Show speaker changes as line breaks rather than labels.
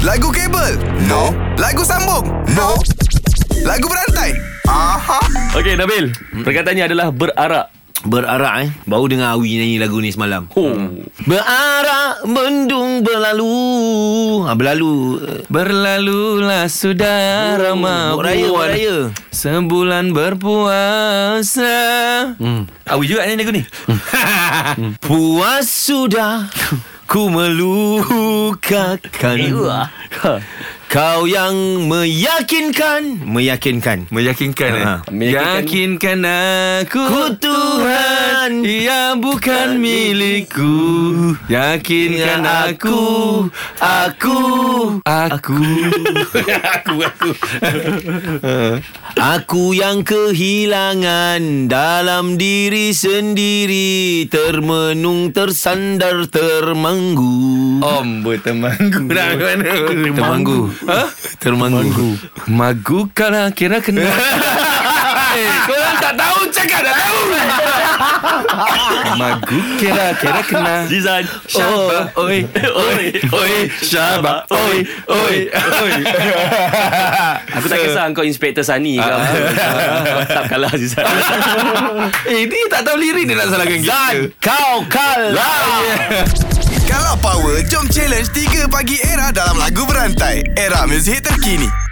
Lagu kabel? No. Lagu sambung? No. Lagu berantai? Aha.
Okey Nabil Perkataannya adalah berarak
Berarak eh Baru dengar Awi nyanyi lagu ni semalam
Oh
Berarak mendung berlalu ha, Berlalu eh,
Berlalulah sudah ramah
Buat raya Buat raya
Sebulan berpuasa hmm. Awi juga nyanyi lagu ni Hmm.
Puas sudah Ku melukakan
Ha.
Kau yang meyakinkan Meyakinkan
Meyakinkan
eh?
Meyakinkan aku
Ku Tuhan.
Ia bukan milikku Yakinkan
Ya,
aku
Aku
Aku
Aku yang kehilangan Dalam diri sendiri Termenung Tersandar Termanggu
Om bertemanggu Dah mana
Termanggu
Ha?
Termanggu
Magu kala kira kena Eh, korang tak tahu cakap dah tahu Magu kira kira kena
Zizan
Syabak Oi
Oh. Oi
Oh. Oi Syabak Oi Oi Oi
Aku tak kisah kau Inspektor Sani ke apa Tak kalah Zizan
Eh dia tak tahu lirik Dia nak salahkan kita Lah, ya.
Kau kalah
Kalau power, jom challenge 3 pagi era dalam lagu berantai. Era muzik terkini.